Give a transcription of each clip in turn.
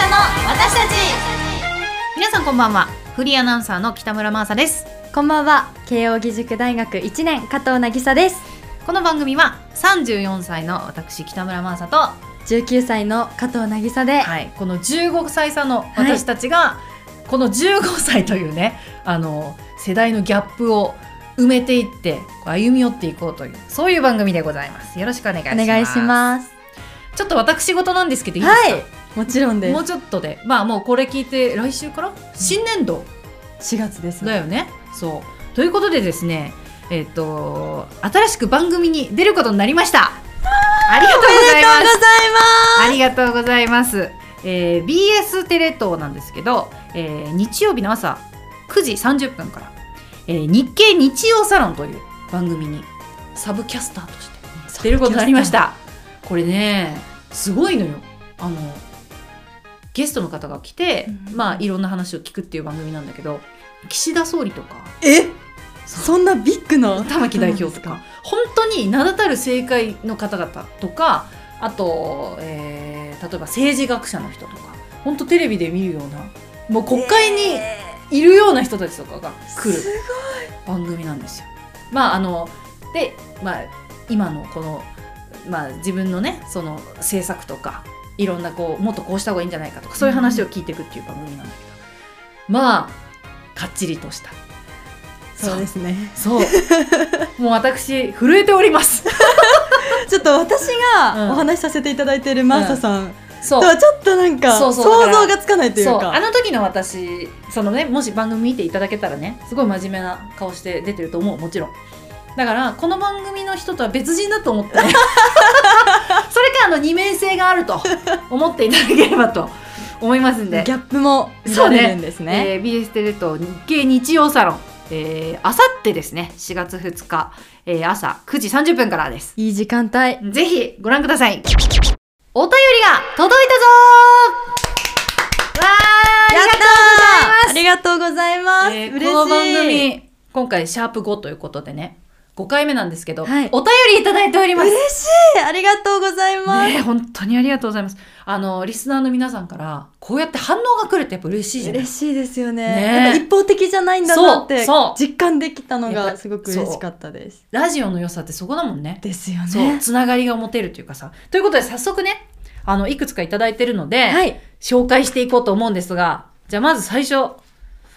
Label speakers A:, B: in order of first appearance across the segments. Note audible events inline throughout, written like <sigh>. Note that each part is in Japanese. A: 私たち
B: 皆さんこんばんはフリーアナウンサーの北村真麻です
C: こんばんは慶應義塾大学1年加藤渚です
B: この番組は34歳の私北村真麻と、は
C: 19歳の加藤渚で、
B: い、この15歳差の私たちが、この15歳というねあの世代のギャップを埋めていって歩み寄っていこうというそういう番組でございますよろしくお願いします
C: お願いします
B: ちょっと私事なんですけどいいですか、
C: はいもちろんです
B: もうちょっとでまあもうこれ聞いて来週から新年度
C: 4月です
B: だよね。そうということでですね、えっと新しく番組に出ることになりました。ありがとうございます。ありがとうございます。えー BS テレ東なんですけど、えー日曜日の朝9時30分から、えー日経日曜サロンという番組にサブキャスターとして出ることになりました。これね、すごいのよ。あのゲストの方が来て、
C: うん
B: まあいろんな話を聞くっていう番組なんだけど、岸田総理とか
C: えそんなビッグな
B: 玉木代表とか本当に名だたる政界の方々とかあと、えー例えば政治学者の人とか本当テレビで見るようなもう国会にいるような人たちとかが来る
C: す
B: 番組なんですよ。まああので、まあ、今のこの、まあ、自分のねその政策とかいろんなこうもっとこうした方がいいんじゃないかとかそういう話を聞いていくっていう番組なんだけど、まあかっちりとした
C: そうですね
B: そうもう私震えております
C: ちょっと私
B: うん
C: がお話しさせていただいているマーサさん
B: そ
C: と
B: う
C: はちょっとなんか
B: そう
C: 想
B: そうだから
C: 像がつかないという
B: そう
C: か
B: あの時の私そのねもし番組見ていただけたらねすごい真面目な顔して出てると思うもちろんだからこの番組の人とは別人だと思って
C: <laughs>
B: それかあの二面性があると思っていただければと思いますん
C: ギ
B: で
C: ャ、ップも見られるんですね
B: えー、BS テレ東日経日曜サロンえーあさってですね4月2日、えー朝9時30分からです
C: いい時間帯
B: ぜひご覧ください。お便りが届いたぞーわー
C: や
B: ありがとう
C: ったーありがとうございます
B: えー
C: 嬉しい
B: この番組、今回、シャープ5ということでね、5回目なんですけど、
C: はい
B: お便りいただいております。
C: 嬉しいありがとうございます、
B: ねえ、本当にありがとうございます。あの、リスナーの皆さんから、こうやって反応が来るってやっぱ嬉しいじゃない
C: 嬉しいですよね
B: ね
C: やっぱ一方的じゃないんだなって
B: そうそう
C: 実感できたの
B: やっぱ
C: がすごく嬉しかったです
B: ラジオの良さってそこだもんね。
C: ですよ
B: そう、
C: ね
B: つながりが持てるというかさ。ということで、早速ね、あの、いくつかいただいてるので、
C: はい
B: 紹介していこうと思うんですが、じゃあまず最初、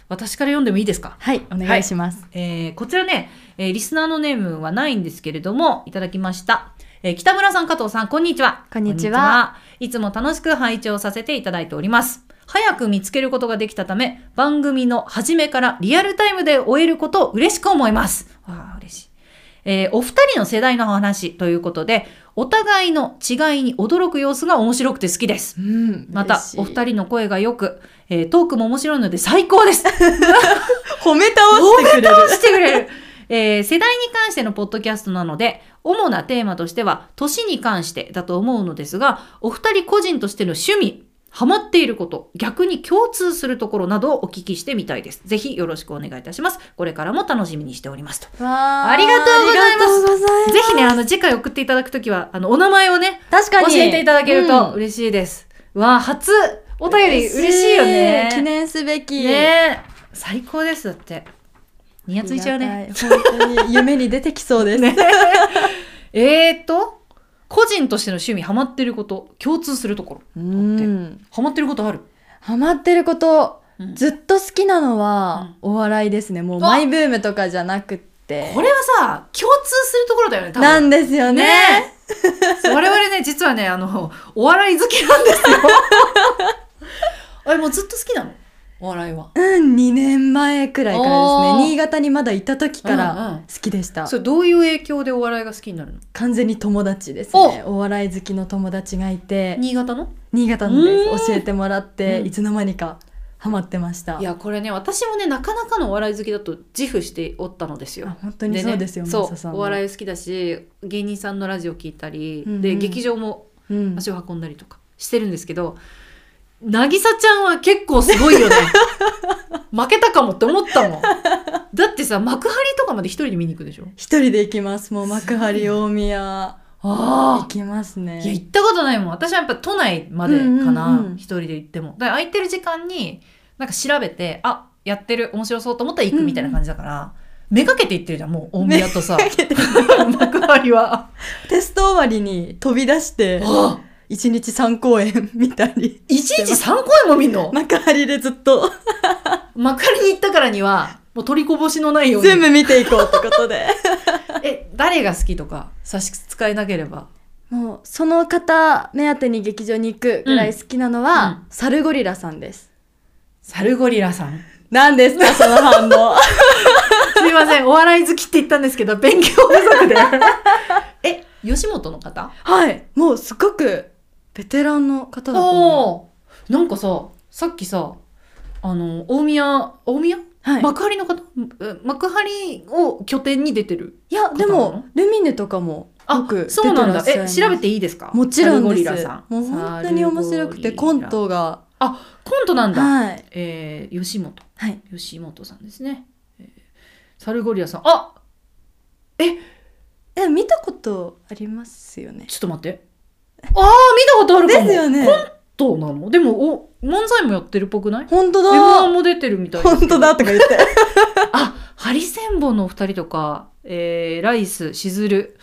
B: 私から読んでもいいですか
C: はいお願いします、
B: えーこちらね、えーリスナーのネームはないんですけれども、いただきました。えー北村さん、加藤さん、こんにちは。
C: こんにちは
B: いつも楽しく拝聴させていただいております。早く見つけることができたため、番組の初めからリアルタイムで終えることを嬉しく思います。わあ、嬉しい。えーお二人の世代の話ということで、お互いの違いに驚く様子が面白くて好きです。
C: うん
B: また
C: 嬉しい
B: お二人の声がよく、えートークも面白いので最高
C: <laughs>
B: です
C: 褒め倒してくれる
B: してくれる、えー世代に関してのポッドキャストなので主なテーマとしては年に関してだと思うのですがお二人個人としての趣味ハマっていること逆に共通するところなどをお聞きしてみたいですぜひよろしくお願いいたしますこれからも楽しみにしておりますと <laughs>
C: わー
B: ありがとうございます
C: ありがとうございます
B: ぜひねあの次回送っていただくときはあのお名前をね
C: 確か
B: 教
C: に
B: えていただけると
C: うん
B: 嬉しいです、わあ初お便り嬉しいよね
C: 記念すべき
B: ねえ最高ですだってニヤついちゃうね
C: ありがたい本当に夢に出てきそ
B: <laughs>
C: うです
B: えー、っと個人としての趣味ハマってること共通するところ
C: うん
B: ハマってることある、
C: ハマってること
B: うん
C: ずっと好きなのはお笑いですねもうマイブームとかじゃなくって
B: これはさ共通するところだよね多分
C: なんですよね
B: ねえ我々ね実はねあのお笑い好きなんです <laughs> よあれもうずっと好きなのお笑いは
C: うん2年前くらいからです
B: おー
C: ね新潟にまだいた時か
B: うんうん
C: ら好きでした、
B: それどういう影響でお笑いが好きになるの
C: 完全に友達ですねお笑い好きの友達がいて
B: 新潟の
C: 新潟ので
B: うーん
C: す教えてもらって、
B: うん
C: いつの間にかハマってました
B: いやこれね私もねなかなかのお笑い好きだと自負しておったのですよ
C: あ本当にそうですよ
B: ね、
C: マ
B: そ
C: サさん
B: う
C: も
B: お笑い好きだし芸人さんのラジオ聞いたり、
C: うんうん
B: で劇場も
C: うん、
B: 足を運んだりとかしてるんですけど、渚ちゃんは結構すごいよね <laughs> 負けたかもって思ったもんだってさ幕張とかまで一人で見に行くでしょ
C: 一人で行きますもう幕張大宮
B: あ
C: 行きますね
B: いや、行ったことないもん。私はやっぱ都内までか
C: うんうん
B: な
C: う。ん
B: 一、人で行っても。だから空いてる時間に、なんか調べて、あ、やってる、面白そうと思ったら行くみたいな感じだから、めがけて行ってるじゃん、もう大宮と
C: <laughs>
B: さ。 <laughs> 幕張は。
C: テスト終わりに飛び出して
B: あ
C: 一日3公演見たり <laughs>
B: いちいち3公演も見んの
C: 幕張でずっと
B: 幕張に行ったからには、もう取りこぼしのないように。
C: 全部見ていこうってことで
B: え、誰が好きとか、差し支えなければ。
C: <laughs> もうその方目当てに劇場に行くぐらい好きなのは、
B: うん
C: サルゴリラさんです
B: サルゴリラさん。
C: 何ですかその反応
B: すいません、お <laughs> 笑い好きって言ったんですけど、勉強不足で。え、吉本の方
C: <laughs> はいもうすごくベテランの方だと思
B: お
C: う
B: ーなんかささっきさあの大宮大宮、
C: はい、
B: 幕張の方え幕張を拠点に出てる
C: いやでもルミネとかもよ
B: あ
C: く出てらっしゃ
B: そ
C: いう
B: なん
C: ま
B: だ
C: す
B: え調べていいですか
C: もちろんです
B: サルゴリラさん
C: もう本当に面白くてコントが
B: コントなんだ、
C: はい
B: えー吉本
C: はい
B: 吉本さんですね、えーサルゴリラさんあ
C: え見たことありますよね
B: ちょっと待
C: <laughs>
B: ってあー見たことある
C: で
B: かも
C: すよね
B: どうなのでもお漫才もやってるっぽくない
C: 本当
B: M1
C: だ
B: も出てるみたいですけ
C: 本
B: ど
C: 当だとか言って
B: あ、ハリセンボンのお二人とか、えーライス、しずる、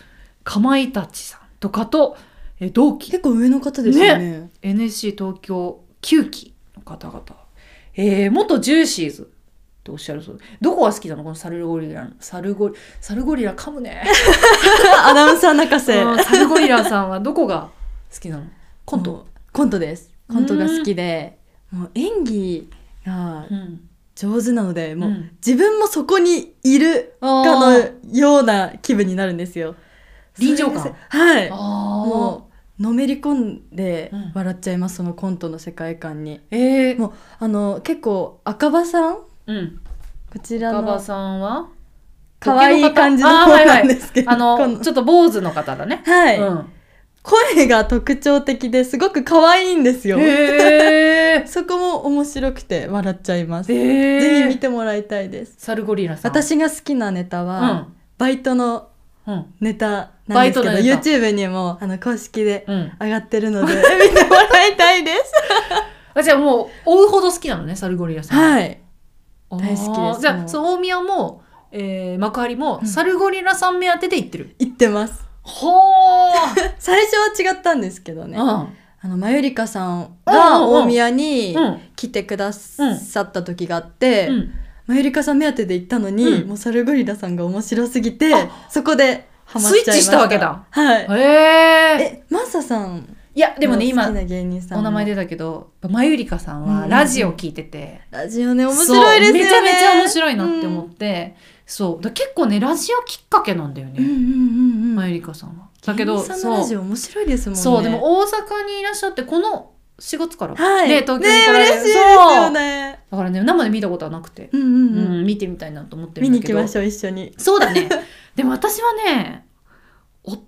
B: かまいたちさんとかと、えー同期、
C: <laughs> 結構上の方ですよね
B: NSC 東京9期の方々、えー元ジューシーズとおっしゃるそうで、どこが好きなのこのサルゴリラの、サルゴリ、サルゴリラ噛むね。
C: アナウンサー泣かせ
B: うんサルゴリラさんはどこが好きなのコント。
C: コントですコントが好きでもう演技が
B: うん。
C: 上手なのでも
B: う
C: うん自分もそこにいる
B: あ
C: か
B: ー
C: のような気分になるんですよ
B: 臨場感
C: それがせはい
B: あー
C: もうのめり込んで
B: うん
C: 笑っちゃいます、そのコントの世界観に
B: えー、
C: もうあの結構赤羽さんこ
B: うん。
C: ちら
B: ガバ
C: の
B: さんは
C: 可愛い感じの
B: あー
C: 方
B: はいはい
C: なんですけど
B: あ
C: こ
B: の、ちょっと坊主の方だね。
C: はい、
B: うん。
C: 声が特徴的ですごく可愛いんですよ
B: へえ。
C: そこも面白くて笑っちゃいます、 <laughs> ぜ
B: ぜ
C: ひ見てもらいたいです
B: サルゴリラさん。
C: 私が好きなネタ
B: う
C: は、
B: ん。
C: バイトの
B: うん。
C: ネタなんですけど
B: バイトのネタ
C: YouTube にもあの公式で
B: うん。
C: 上がってるので <laughs> 見てもらいたいです
B: <laughs> あ、じゃあもう、追うほど好きなのね、サルゴリラさん。い。
C: はい
B: 大
C: 大好きです
B: じゃ
C: も
B: あ、
C: う
B: そう、大宮も、えー、幕張も、
C: うん
B: サルゴリラさん目当てで行ってる。
C: 行ってます
B: ほー。
C: 最初は違ったんですけどね
B: う
C: あのマユリカさん
B: うん
C: が
B: うんうん
C: 大宮に
B: ん。うん。
C: 来てくださった時があって、
B: うん。
C: マユリカさん目当てで行ったのに、
B: うん
C: もうサルゴリラさんが面白すぎて
B: あ
C: そこでハマっちゃいました
B: スイッチしたわけだ
C: はい
B: へえ。
C: えマサさん
B: いや、でもね、今
C: 好き、な芸人さん
B: お名前
C: で
B: 出たけど、まゆりかさんは
C: うん
B: ラジオ聞いてて、
C: ラジオね面白いですよね
B: そうめちゃめちゃ面白いなって思って、そう。だから結構ね、ラジオきっかけなんだよ
C: うん、うん
B: ね、
C: うんうんうん
B: まゆりかさんは。だけど、
C: 芸人さんのラジオ面白いですもんね
B: そう、でも大阪にいらっしゃって、この4月から、
C: はい
B: ね、東京に来られ
C: ね
B: る、
C: 嬉しいです
B: そ
C: よ
B: う
C: ね
B: だからね、生で見たことはなくて、
C: うん
B: う、
C: うんんうん
B: 見てみたいなと思ってる
C: 見
B: んだ
C: に
B: け
C: 行き
B: ど。
C: ましょう一緒に
B: そうだね。でも私はね、追っ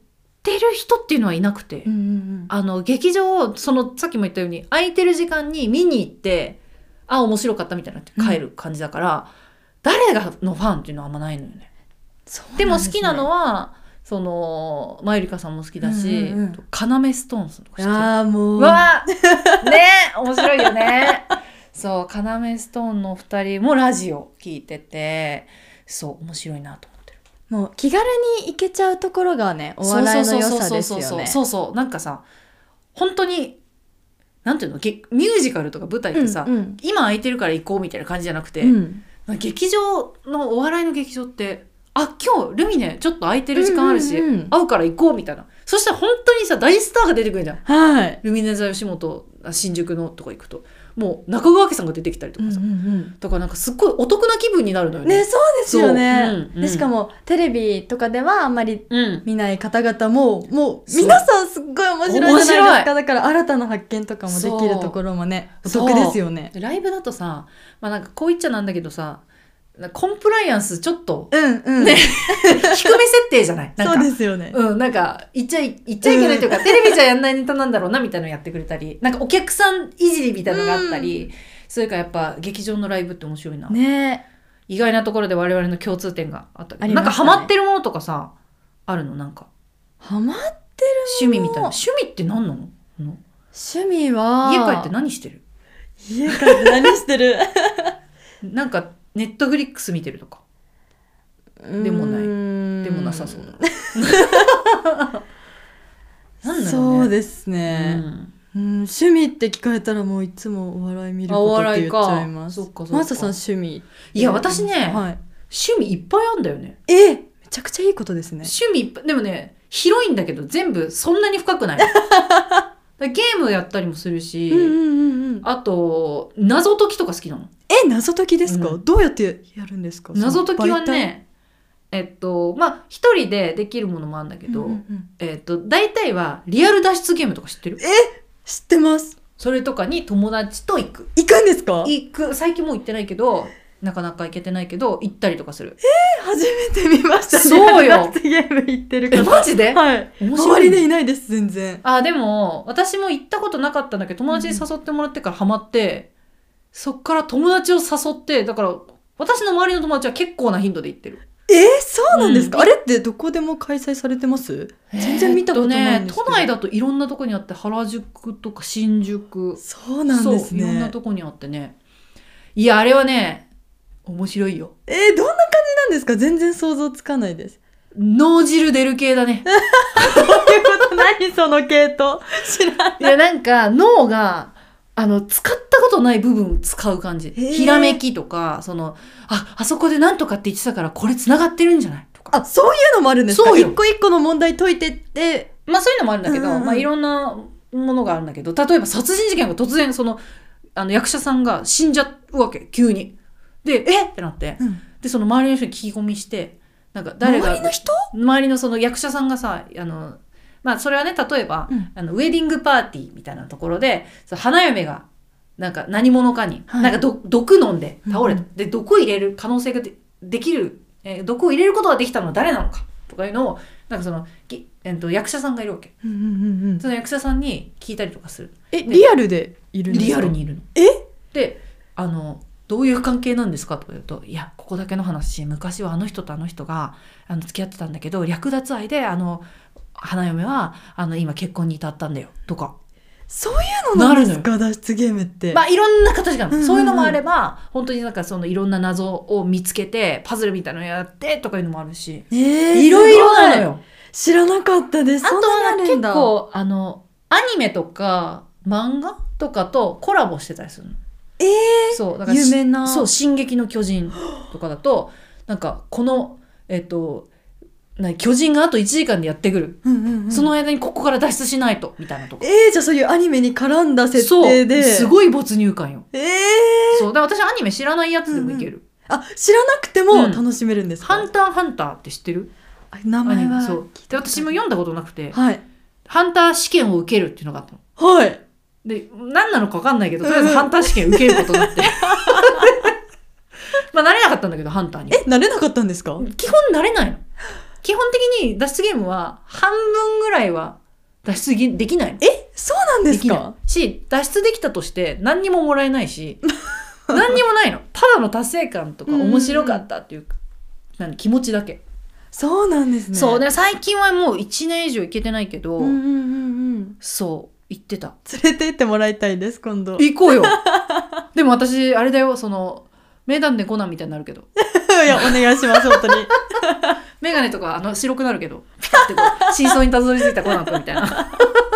B: てる人っていうのはいなくて、
C: んうん
B: あの、劇場を、その、さっきも言ったように、空いてる時間に見に行って、あ、面白かったみたいになって帰る感じだから、誰がのファンっていうのはあんまないのよね。
C: そう
B: でも
C: ん
B: 好
C: すね
B: きなのは、その、まゆりかさんも好きだし、
C: うんうんうん
B: カナメストーンズとか知ってる
C: ああもう
B: わあね面白いよねそうカナメストーンのお二人もラジオ聞いててそう面白いなと思ってる
C: もう気軽に行けちゃうところがねお笑いの良さですよね
B: そうそうそうそうそうそうなんかさ本当になんていうのげミュージカルとか舞台ってさ、
C: うんうん
B: 今空いてるから行こうみたいな感じじゃなくて、
C: うん
B: なんか劇場のお笑いの劇場ってあ今日ルミネちょっと空いてる時間あるし、
C: うんうんうん
B: 会うから行こうみたいなそしたら本当にさ大スターが出てくるじゃん
C: はい
B: ルミネ座吉本あ新宿のとか行くともう中川家さんが出てきたりとかさ、だからなんかすっごいお得な気分になるのよね。
C: ねそうですよね、
B: そううんうん
C: でしかもテレビとかではあんまり
B: うん、
C: 見ない方々ももう
B: そう
C: 皆さんすっごい面白いじゃないです
B: 面白
C: かだから新たな発見とかもできるところもねお
B: そう
C: 得ですよね
B: ライブだとさ、まあ、なんかこう言っちゃなんだけどさなんかコンプライアンスちょっと
C: うんうん、
B: ね
C: <laughs>
B: 低め設定じゃない <laughs> なんか
C: そうですよね、
B: うん、なんか言っちゃい言っちゃいけないというか、テレビじゃやんないネタなんだろうなみたいなのやってくれたりなんかお客さんいじりみたいなのがあったり、それからやっぱ劇場のライブって面白いな、
C: ね
B: 意外なところで我々の共通点があったけど
C: あり
B: な
C: ま
B: ん
C: し
B: か
C: たね
B: ハマってるものとかさあるのなんか
C: ハマって
B: 趣味みたいな趣味って何なの
C: 趣味は
B: 家帰って何してる
C: 家帰って何して <laughs> る
B: なんかネットフリックス見てるとかでもないでもなさそうだ <laughs> なんだろ
C: そうう
B: ね
C: です
B: う
C: ね、
B: ん
C: うん趣味って聞かれたらもういつもお笑い見ることって言っちゃいま
B: あ
C: す
B: お笑いかそっかそっか
C: マサさん趣味
B: いや私ね、
C: はい、
B: 趣味いっぱいあんだよね
C: えめちゃくちゃいいことですね
B: 趣味いっぱいでもね広いんだけど全部そんなに深
C: <laughs>
B: くないだからゲームやったりもするし、
C: うんうんうんうん
B: あと謎解きとか好きなの
C: え謎解きですか、
B: う
C: どうやってやるんですか
B: 謎解きは
C: その媒体
B: ねえっとまあ一人でできるものもあるんだけど、
C: うんうんうん
B: えっと大体はリアル脱出ゲームとか知ってる
C: 知ってます
B: それとかに友達と行く
C: 行くんですか
B: 行く最近もう行ってないけどなかなか行けてないけど行ったりとかする
C: 初めて見ましたね
B: そうよ
C: ラストゲーム行ってる
B: <laughs> え
C: 方
B: マジで
C: はい
B: 面白
C: 周
B: い
C: り
B: ね
C: でいないです全然
B: あでも私も行ったことなかったんだけど友達に誘ってもらってからハマって、そっから友達を誘ってだから私の周りの友達は結構な頻度で行ってる
C: えー、そうなんですか、
B: うん
C: あれってどこでも開催されてます全然見たことないんですけど
B: えーっとね都内だといろんなとこにあって原宿とか新宿
C: そうなんです
B: そういろん
C: ね
B: なとこにあってねいやあれはね面白いよ
C: えー、どんな感じなんですか全然想像つかない
B: <laughs>
C: です
B: 脳汁出る系だね
C: ってこと何その系統知ら
B: い
C: ん
B: やなんか脳があの使ったことない部分使う感じ
C: へー
B: ひらめきとかそのああそこでなんとかって言ってたからこれつながってるんじゃないとか
C: あそういうのもあるんですか
B: そうよ
C: 一個一個の問題解いてって
B: まあそういうのもあるんだけど、
C: うんうん
B: まあ、いろんなものがあるんだけど例えば殺人事件が突然そのあの役者さんが死んじゃうわけ急に。でえってなってでその周りの人に聞き込みしてなんか誰が
C: 周りの人
B: 周りのその役者さんがさあのまあそれはね例えば、
C: うん
B: あのウェディングパーティーみたいなところでその花嫁がなんか何者かに、
C: はい
B: なんかど毒飲んで倒れた、
C: う
B: で毒を入れる可能性がでできる、えー毒を入れることができたのは誰なのかとかいうのをなんかその、きえー、と役者さんがいるわけその役者さんに聞いたりとかする
C: えリアルでいるんですか
B: リアルにいるの。
C: え
B: であのどういう関係なんですかとか言うと「いやここだけの話昔はあの人とあの人があの付き合ってたんだけど略奪愛であの花嫁はあの今結婚に至ったんだよ」とか
C: そういうのなんですか脱出ゲームって、
B: まあいろんな形がある、
C: うんうんうん
B: そういうのもあれば本当になんかそのいろんな謎を見つけてパズルみたいなのやってとかいうのもあるし、
C: えー
B: いろいろなの
C: すごい
B: よ。
C: 知らなかったです
B: あと
C: そんな
B: は
C: に
B: 結
C: るんだ
B: 構あのアニメとか漫画とかとコラボしてたりするの。
C: え
B: そうだ
C: ー、
B: から
C: 有名な
B: そう「進撃の巨人」とかだとなんかこのえっとな巨人があと1時間でやってくる、
C: うんうんうん
B: その間にここから脱出しないとみたいなとか
C: えー、じゃあそういうアニメに絡んだ設
B: そう
C: 定ですい
B: ごい没入感よ
C: えー、
B: そうだから私アニメ知らないやつでもいける「
C: あ知らなくて
B: う
C: も
B: ん
C: 楽しめるんですか、
B: ハンターハンター」って知ってる
C: あ名
B: アニ
C: 前
B: メ
C: は
B: そうで私も読んだことなくて
C: はい
B: 「ハンター試験を受ける」っていうのがあったの
C: はい
B: で何なのか分かんないけどとりあえずハンター試験受けることにな
C: <laughs>
B: ってまあ慣れなかったんだけどハンターに
C: え慣れなかったんですか
B: 基本慣れないの。基本的に脱出ゲームは半分ぐらいは脱出できないの。
C: えそうなんです
B: き
C: か
B: ないし、脱出できたとして何にももらえない
C: <laughs>
B: し、何にもないの。ただの達成感とか
C: うんうんうん
B: 面白かったっていう、なん気持ちだけ。
C: そうなんですね
B: そう、で最近はもう1年以上行けてないけど、
C: うんうんうんうん
B: そう、行ってた。
C: 連れて行ってもらいたいです今度
B: 行こうよ <laughs> でも私、あれだよ、その、名探偵コナンみたいになるけど。
C: いやお願いします本当に
B: メガネとかあの白くなるけど、ピカってこう、真相にたどり着いたコナン君みたいな。 <laughs>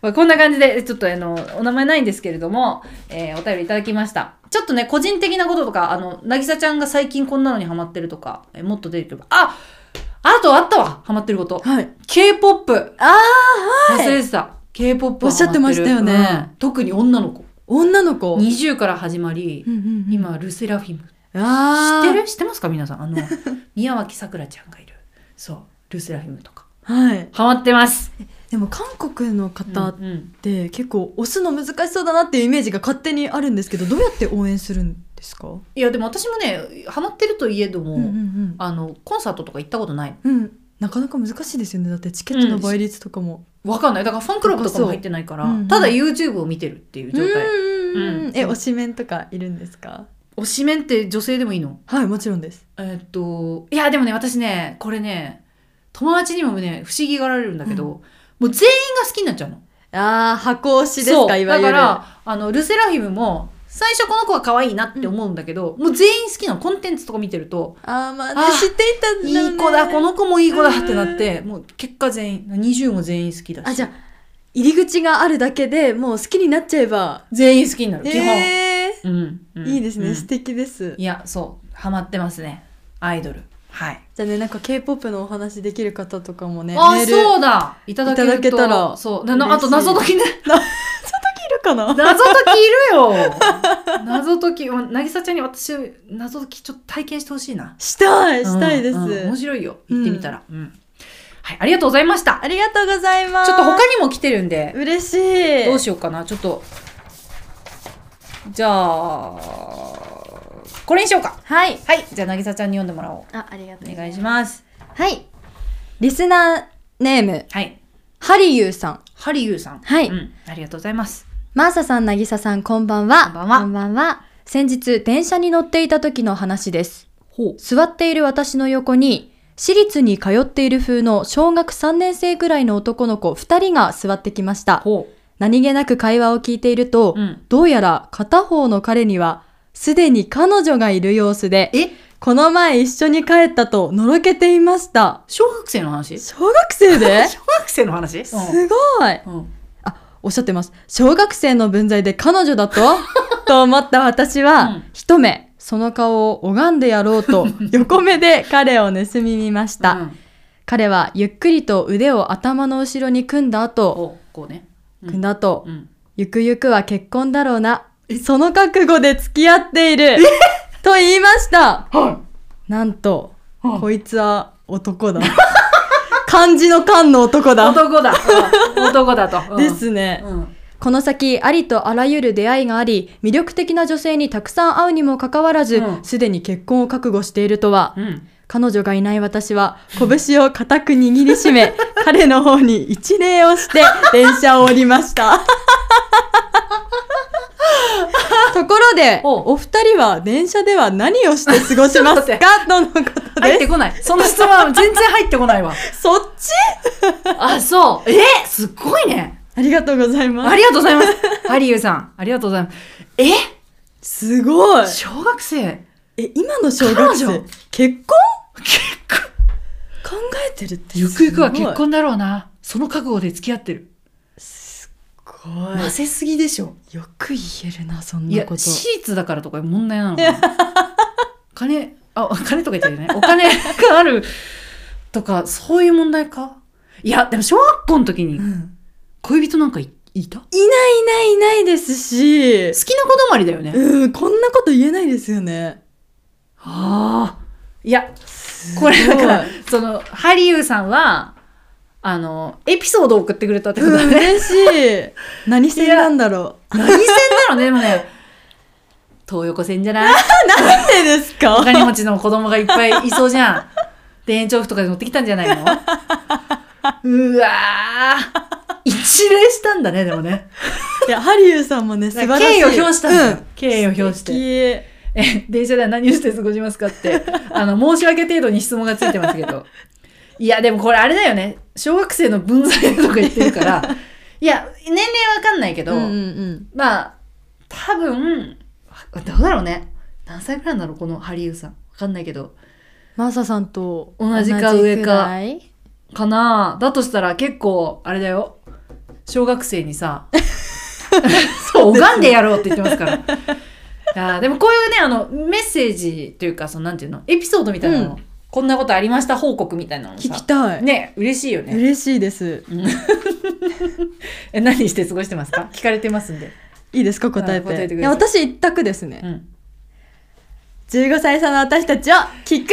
B: まあこんな感じで、ちょっとあの、お名前ないんですけれども、えーお便りいただきました。ちょっとね、個人的なこととか、あの、なぎさちゃんが最近こんなのにハマってるとか、えーもっと出てくれば、ああとあったわハマってること。
C: <laughs> はい
B: K-POP!
C: あー
B: 忘れてた。K-POP
C: おっしゃってましたよね
B: ハマってるうん特に女の子。
C: 女の子
B: 20から始まり、
C: うんうんうん
B: 今、ルセラフィム
C: あ
B: 知
C: ー
B: ってる知ってますか皆さんあ <laughs> の宮脇さくらちゃんがいるそうルセラフィムとか
C: はい
B: ハマってます
C: でも韓国の方っ
B: うんうん
C: て結構押すの難しそうだなっていうイメージが勝手にあるんですけどどうやって応援するんですかう
B: いやでも私もねハマってるといえども、
C: んうん
B: あのコンサートとか行ったことない
C: うんうんなかなか難しいですよねだってチケットの倍率とかも、
B: わかんないだからファンクラブとかも入ってないから、
C: そううんうん
B: ただ YouTube を見てるっていう状態、
C: うんうんうん
B: うん
C: え推しメンとかいるんですか
B: 推しメンって女性でもいいの
C: はいもちろんです
B: えーっといやでもね私ねこれね友達にもね不思議がられるんだけど、もう全員が好きになっちゃうの。
C: ああ、箱推しです
B: そう
C: か、いわ
B: だ
C: ゆる。
B: からあのルセラフィムも最初この子は可愛いなって思うんだけど、もう全員好きなのコンテンツとか見てると
C: ああ、まあ、
B: あー
C: 知っていたんだろう
B: い
C: ね
B: い子だこの子もいい子だってなって、もう結果全員20も全員好きだし
C: あ、じゃあ、入り口があるだけでもう好きになっちゃえば。
B: 全員好きになる基本、
C: えー
B: うんうん
C: いいですね、
B: うん
C: 素敵です。
B: いやそうハマってますねアイドルはい
C: じゃあね、なんか K-POP のお話できる方とかもね、
B: あ
C: メール
B: そうだいただけると
C: いただけたら
B: そうななあと
C: 嬉しい
B: 謎解
C: <laughs>
B: きね
C: いるかな
B: 謎解きいるよ謎解きなぎさちゃんに私謎解きちょっと体験してほしいな
C: したい、したいで
B: う
C: す。
B: んうん面白いよ行ってみたら、うんはいありがとうございました
C: ありがとうございます。
B: ちょっと他にも来てるんで
C: 嬉しい。
B: どうしようかなちょっとじゃあこれにしようか
C: はい。
B: はいじゃあなぎさちゃんに読んでもらおう
C: あ、ありがとう
B: お願いし
C: ま
B: ます
C: す。はい。リスナーネーム、
B: はい
C: ハリユーさん。
B: ハリユーさん
C: はい
B: うん、ありがとうございます
C: マーサさん、なぎささん、こんばんは。
B: こんばんは
C: は先日、電車に乗っていた時の話です。
B: ほう
C: 座っている私の横に、私立に通っている風の小学3年生ぐらいの男の子2人が座ってきました。
B: ほ
C: 何気なく会話を聞いていると、
B: うん
C: どうやら片方の彼には、すでに彼女がいる様子で、
B: え
C: この前一緒に帰ったとのろけていました。
B: 小学生の話
C: 小学生で
B: <laughs> 小学生の話
C: すごい
B: うん、
C: おっしゃってます。小学生の分際で彼
B: <laughs>
C: 女だとと思った私は、
B: うん
C: 一目、その顔を拝んでやろ
B: <laughs>
C: うと、横目で彼を盗み見ました。
B: うん
C: 彼はゆっくりと腕を頭の後ろに組んだ後、
B: こうこうねうん
C: 組んだ後、
B: うん
C: ゆくゆくは結婚だろうな。その覚悟で付き合っている。と言いました。
B: は
C: なんと、
B: い、はい
C: こいつは男だ。 <laughs> 漢字の漢の男だ。
B: 男だうん男だと、うん
C: ですね。
B: うん
C: この先、ありとあらゆる出会いがあり、魅力的な女性にたくさん会うにもかかわらず
B: う、ん
C: すで、に結婚を覚悟しているとは、
B: うん、
C: 彼女がいない私は、拳を固く握り
B: <laughs>
C: しめ、彼の方に一礼をして、電車を降り
B: <laughs>
C: ました。ところで、
B: おう
C: お二人は電車では何をして過ごします
B: ちょっ
C: かとのこと
B: 入って
C: で
B: こないその質問は全然入ってこないわ
C: す。そっち
B: <laughs> あそうえすっごいね
C: ありがとうございま
B: あ
C: す。
B: りがとうございますハリユーさんありがとうございますえ
C: すごい。
B: 小学生
C: え、今の小学
B: 彼
C: 生
B: 女、
C: 結婚
B: 結婚
C: 考えてるって
B: ゆくゆくは結婚だろうなその覚悟で付き合ってる
C: すご
B: 混ぜすぎでしょ
C: いよく言えるなそん
B: い
C: な
B: や
C: こと
B: 私立だからとか問題なのかな <laughs> 金あ金とか言っちゃうよねお金があるとかそういう問題かいやでも小学校の時
C: う
B: に
C: ん
B: 恋人なんかいいた好
C: いないいないいないですし
B: きな子まりだよね
C: うんこんなこと言えないですよね
B: ああいやこれだからそのハリウさんはあのエピソードを送ってくれたってこと
C: う
B: だ
C: ん
B: ね、
C: 嬉しい何線なんだろ
B: <laughs>
C: う
B: 何線だろうねでもね東横線じゃ
C: <laughs>
B: ない
C: なんでです
B: お
C: か
B: 金持ちの子供がいっぱいいそうじゃん。田園調布とかで乗ってきたんじゃないのうわー一礼したんだね、でもね。
C: いやハリウさんもね素晴らしい
B: 敬意を表したんだよ。敬意を
C: うん、
B: 表して。
C: て
B: え、電車では何をして過ごしますかって、あの、申し訳程度に質問がついてますけど。いや、でもこれあれだよね。小学生の分際とか言ってるから、いや、年齢わかんないけ
C: う
B: ど、
C: んうん
B: まあ、多分、わどうだろうね。何歳くらいなのこのハリウさん。わかんないけど。
C: マサさんと
B: 同じか上か
C: 同じくらい
B: かなあだとしたら結構あれだよ小学生に
C: <laughs>
B: さそう拝んでやろうって言ってますからいやーでもこういうねあのメッセージというかそのなんていうのエピソードみたいなの、
C: う
B: こんなことありました報告みたいなの
C: 聞き
B: さ
C: たい、
B: ね嬉しいよね
C: 嬉しいです
B: え何して過ごしてますか聞かれてますんで、
C: いいですか答えて,、
B: はい答えてください
C: いや私一択ですね、
B: うん、
C: 15歳差の私たちを聞く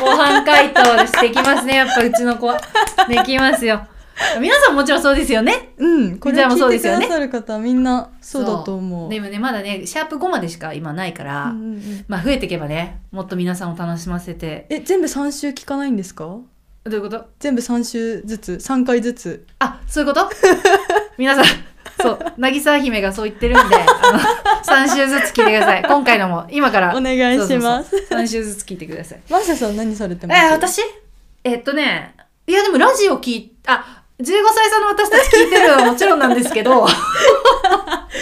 B: 模範解答してきますねやっぱうちの子はできますよ皆さんもちろんそうですよね
C: うん、これ
B: じゃあもうそう
C: 聞
B: で
C: い
B: す
C: て
B: よ
C: くだ
B: ね
C: さる方はみんなそうだと思う。
B: でもねまだねシャープ5までしか今ないから、
C: うんうんうん
B: まあ増えていけばねもっと皆さんを楽しませて
C: え、全部3週聞かないんですか
B: どういうこと
C: 全部3週ずつ、3回ずつ。
B: あそういうこと <laughs> 皆さんそう渚姫がそう言ってるんであ
C: <laughs>
B: の3週ずつ聞いてください今回のも今から
C: お願いします。
B: 3週ずつ聞いてください
C: マーシャさん何されて
B: え
C: ます
B: ー私えっとね、いやでもラジオ聞い、あ、15歳差の私たち聞いてるのはもちろんなんですけど、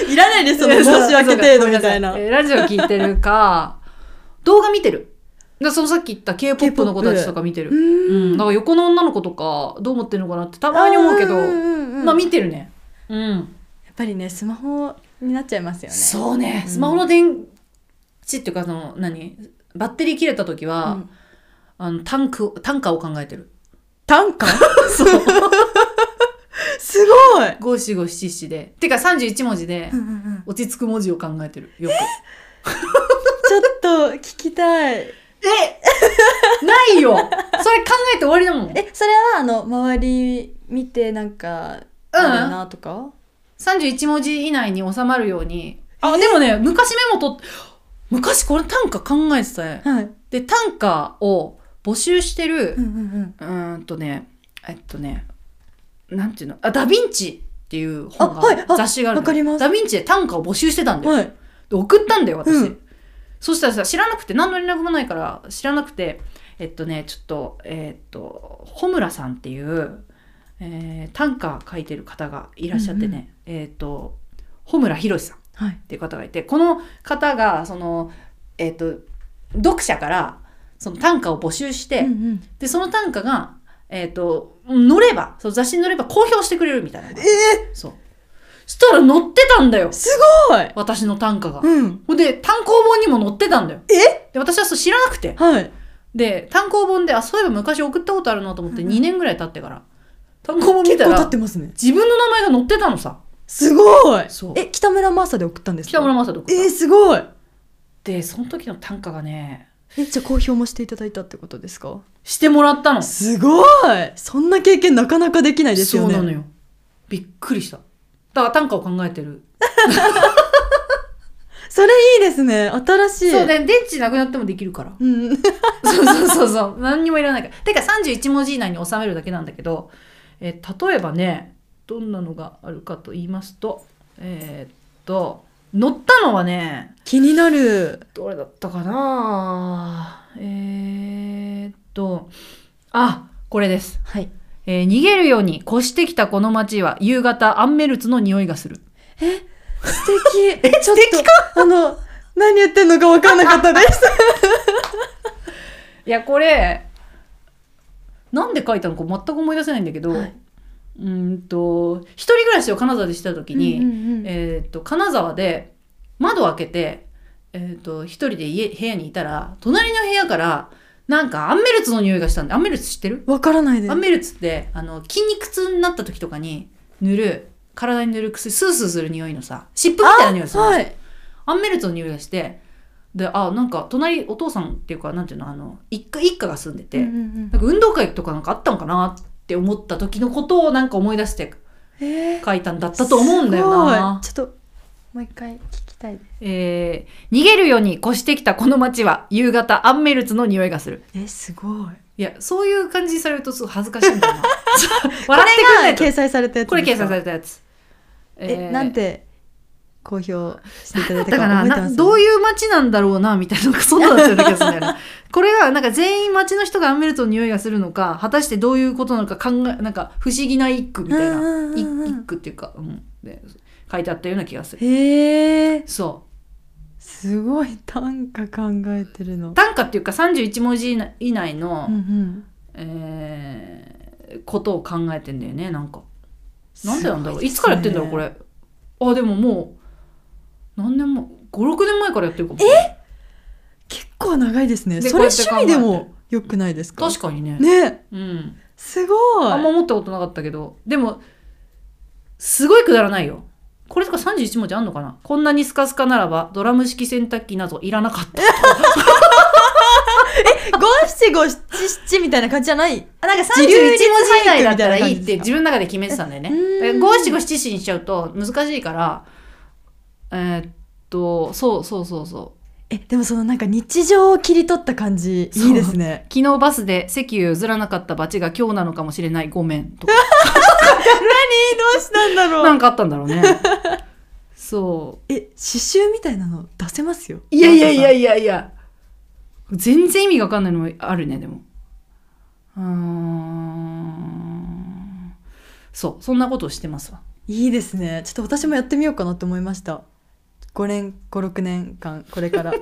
C: いらないです、その年明け程度みたいな。
B: えーラジオ聞いてるか、動画見てる。だからそのさっき言った K-POP の子たちとか見てる。うん。だから横の女の子とか、どう思ってるのかなってたまに思うけど、まあ見てるね。うん。
C: やっぱりね、スマホになっちゃいますよね。
B: そうね。
C: うん
B: スマホの電池っていうか、その、何バッテリー切れた時は、
C: うん
B: あの、単価、単価を考えてる。
C: 単価 <laughs> すごい
B: 五七五七七で。てか31文字で、落ち着く文字を考えてる。よく。
C: ちょっと聞きたい。
B: えないよそれ考えて終わりだもん。
C: え、それはあの、周り見てなんか、あるなとか
B: 31文字以内に収まるように。あ、でもね、昔メモ取って、昔これ短歌考えてたね。
C: はい。
B: で、短歌を募集してる、
C: んうん
B: うーんとね、えっとね、なんていうの、あ、ダヴィンチっていう本が、
C: あはいあ
B: 雑誌があるの
C: わかります
B: ダヴィンチで短歌を募集してたんだよ。
C: はい。
B: で送ったんだよ、私。
C: うん
B: そしたらさ、知らなくて、何の連絡もないから、知らなくて、えっとね、ちょっと、えっと、穂村さんっていう、えー、短歌書いてる方がいらっしゃってね、えっと、穂村博さんっ
C: はい。
B: ていう方がいて、この方が、その、えっと、読者から、その短歌を募集して、で、その短歌が、えっ、と、乗れば、その雑誌に乗れば公表してくれるみたいな。
C: え
B: そう。したら乗ってたんだよ
C: すごい
B: 私の短歌が。
C: うん。
B: ほんで、単行本にも載ってたんだよ。
C: え
B: で、私はそう知らなくて。
C: はい。
B: で、単行本で、あ、そういえば昔送ったことあるなと思って
C: うん
B: 2年ぐらい経ってから。単行本見
C: 結
B: た
C: 構経っ
B: ら、
C: てますね。
B: 自分の名前が載ってたのさ。
C: すごい
B: そう
C: え、北村マーサで送ったんですか
B: 北村正人君。
C: えー、すごい
B: で、その時の短歌がね、
C: え、じゃあ公表もしていただいたってことですか
B: してもらったの。
C: すごいそんな経験なかなかできないですよね。
B: そうなのよ。びっくりした。だから短歌を考えてる。
C: それいいですね。新しい。
B: そうね、電池なくなってもできるから。
C: うん。
B: そうそうそうそう。何にもいらないから。てか31文字以内に収めるだけなんだけど、えー例えばね、どんなのがあるかと言いますと、えーっと、乗ったのはね、
C: 気になる。
B: どれだったかなえーっと、あ、これです。
C: はい。
B: えー逃げるように越してきたこの街は夕方アンメルツの匂いがする。
C: 素敵。 <laughs> え、ちょっと、あの、何言ってんのか分かんなかった <laughs> です。
B: いや、これ、なんで書いたのか全く思い出せないんだけど、
C: はいう
B: ーんと、一人暮らしを金沢でしてた時に、
C: うんうんうん
B: えー、と金沢で窓を開けて、えー、と一人で家部屋にいたら隣の部屋からなんかアンメルツの匂いがしたんでアンメルツ知ってる、
C: 分からないです
B: アン。メルツってあの筋肉痛になった時とかに塗る体に塗る薬スースーする匂いのさ湿布みたいな匂いするの
C: はい。
B: アンメルツの匂いがしてであなんか隣お父さんっていうかなんていうのあの一家一家が住んでて、
C: うんうん
B: なんか運動会とかなんかあったのかなって思った時のことをなんか思い出して
C: うん、えー、
B: 書いたんだったと思うんだよな。
C: すごいちょっと、もう一回聞きたいです。
B: えー逃げるように越してきたこの街は夕方アンメルツの匂いがする。
C: え、すごい。
B: いや、そういう感じにされるとすごい恥ずかしいんだよな。
C: これ
B: <laughs> 笑ってくれない
C: が
B: と
C: 掲載されたやつ
B: これ掲載さ
C: れ
B: れたやつ。
C: え、なんて公表していただ
B: だ
C: い
B: ったたか
C: か
B: な
C: 覚えて
B: な
C: ます
B: どう
C: いう
B: いう街なんだろうなみたいなのがそんなだったような気がするんだ <laughs> よねこれがなんか全員街の人がアンメルツの匂いがするのか果たしてどういうことなのか考えなんか不思議な一句みたい
C: うん
B: な
C: うん
B: い
C: うんうん
B: 一句っていうか、うん、で書いてあったような気がする
C: へえ
B: そう
C: すごい短歌考えてるの。
B: 短歌っていうか31文字以内の、
C: うんうん、
B: えーことを考えてんだよねなんかなんでなんだろう
C: すご
B: い,、つからやってんだろうこ
C: で
B: れあでももう何年も56年前からやってるかもえ
C: すね。結構長いですね。
B: で
C: それ
B: こうやって
C: 趣
B: 考え
C: 味
B: て
C: でも良くないですか
B: 確かにね
C: ね
B: うん
C: すごい
B: あんま思ったことなかったけどでもすごいくだらないよこれとか31文字あんのかなこんなにスカスカならばドラム式洗濯機などいらなかった
C: 五七五七七みたいな感じじゃない
B: あなんか
C: 自
B: 31文
C: 流率
B: 字以内だったら
C: 俳句みたいな感
B: いい
C: じで
B: っ
C: すか
B: て自分の中で決めてたんだよね
C: うーん
B: だから五七五七七にしちゃうと難しいからえーっとそうそうそうそう
C: えでもそのなんか日常を切り取った感じいいですね
B: 昨日バスで席を譲らなかったバチが今日なのかもしれないごめんと
C: <laughs>
B: か
C: えどうしたんだろ
B: なんかあったんだろうねそ
C: え刺繍みたいなの出せますよ
B: ういやいやいやいやいや全然意味がわかんないのもあるねでもうーんそうそんなことをしてますわ
C: いいですね。ちょっと私もやってみようかなと思いました。5年、5、6年間、これ <laughs> から。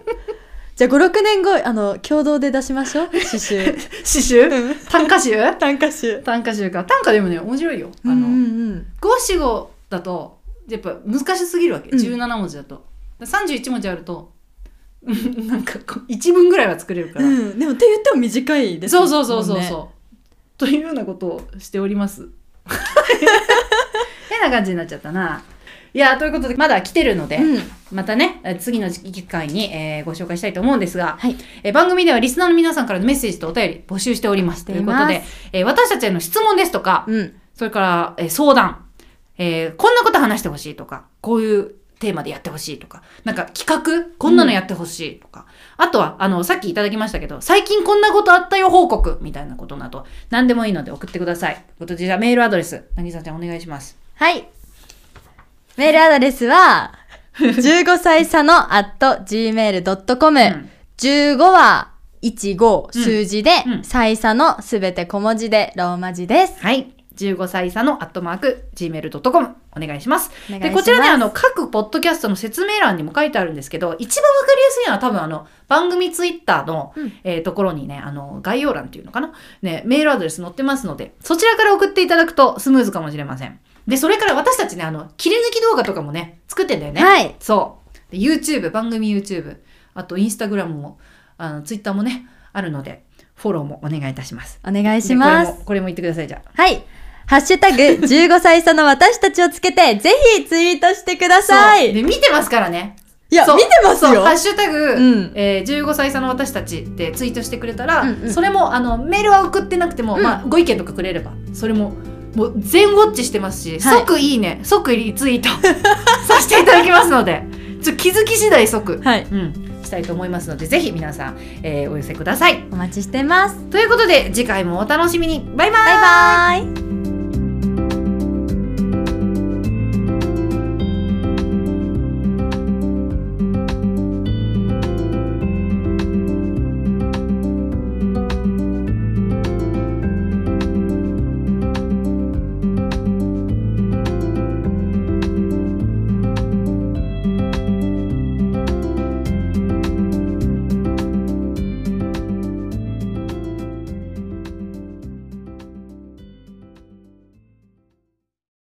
C: じゃあ5、6年後、あの、共同で出しましょう。刺繍。 <laughs>
B: 詩集短歌集
C: 短歌集。
B: 短歌集か短歌でもね面白いよあ
C: うんう
B: の
C: んうん。
B: 五七五だとやっぱ難しすぎるわけ、
C: うん
B: 17文字だと31文字あると <laughs> うんなんかこう一文ぐらいは作れるから、
C: うん、でもって言っても短いです
B: そうそうそうそう
C: もんね
B: そう、というようなことをしております <laughs> 変な感じになっちゃったないやということでまだ来てるので、
C: うん、
B: またねえー次の機会に、えーご紹介したいと思うんですが、
C: はい
B: えー番組ではリスナーの皆さんからのメッセージとお便り募集しておりますと
C: て
B: い
C: いうま
B: こ
C: す
B: とで、えー私たちへの質問ですとか、
C: うん、
B: それから、えー相談、えーこんなこと話してほしいとか、こういうテーマでやってほしいとか、なんか企画こんなのやってほしいとか、あとは、あの、さっきいただきましたけど、最近こんなことあったよ報告みたいなことなど、何でもいいので送ってください。ということで、じゃあメールアドレス、なぎさちゃんお願いします。
C: はいメールアドレス <laughs> は15歳差の at gmail.com、
B: うん
C: 15は15数字で、
B: うんうん
C: 歳差のすべて小文字でローマ字です
B: はい。15歳差のアットマーク、gmail.com お願いします。
C: お願
B: で、
C: いします
B: こちらね、あの、各ポッドキャストの説明欄にも書いてあるんですけど、一番わかりやすいのは多分あの、番組ツイッターの、
C: うん
B: えーところにね、あの、概要欄っていうのかな。ね、メールアドレス載ってますので、そちらから送っていただくとスムーズかもしれません。で、それから私たちね、あの、切り抜き動画とかもね、作ってんだよね。
C: はい
B: そう。で YouTube、番組 YouTube、あと Instagram も、あの、Twitter もね、あるので、フォローもお願いいたします。
C: お願いしま
B: でこれ
C: す
B: も、これも言ってください、じゃあ。
C: はいハッシュタグ15歳差の私たちをつけてぜひツイートしてくださ
B: そう
C: い
B: で、見てますからね。
C: いや
B: そう
C: 見てます
B: そう
C: よ
B: ハッシュタグ、
C: うん
B: えー15歳差の私たちってツイートしてくれたら、
C: うんうん
B: それもあのメールは送ってなくても、
C: うん
B: まあ、ご意見とかくれればそれももう全ウォッチしてますし、
C: はい
B: 即いいね即リツイート <laughs> させていただきますのでちょっと気づき次第即、
C: はい
B: うん、したいと思いますのでぜひ皆さん、えーお寄せください。
C: お待ちしてます
B: ということで次回もお楽しみにバイバイ
C: バイバイ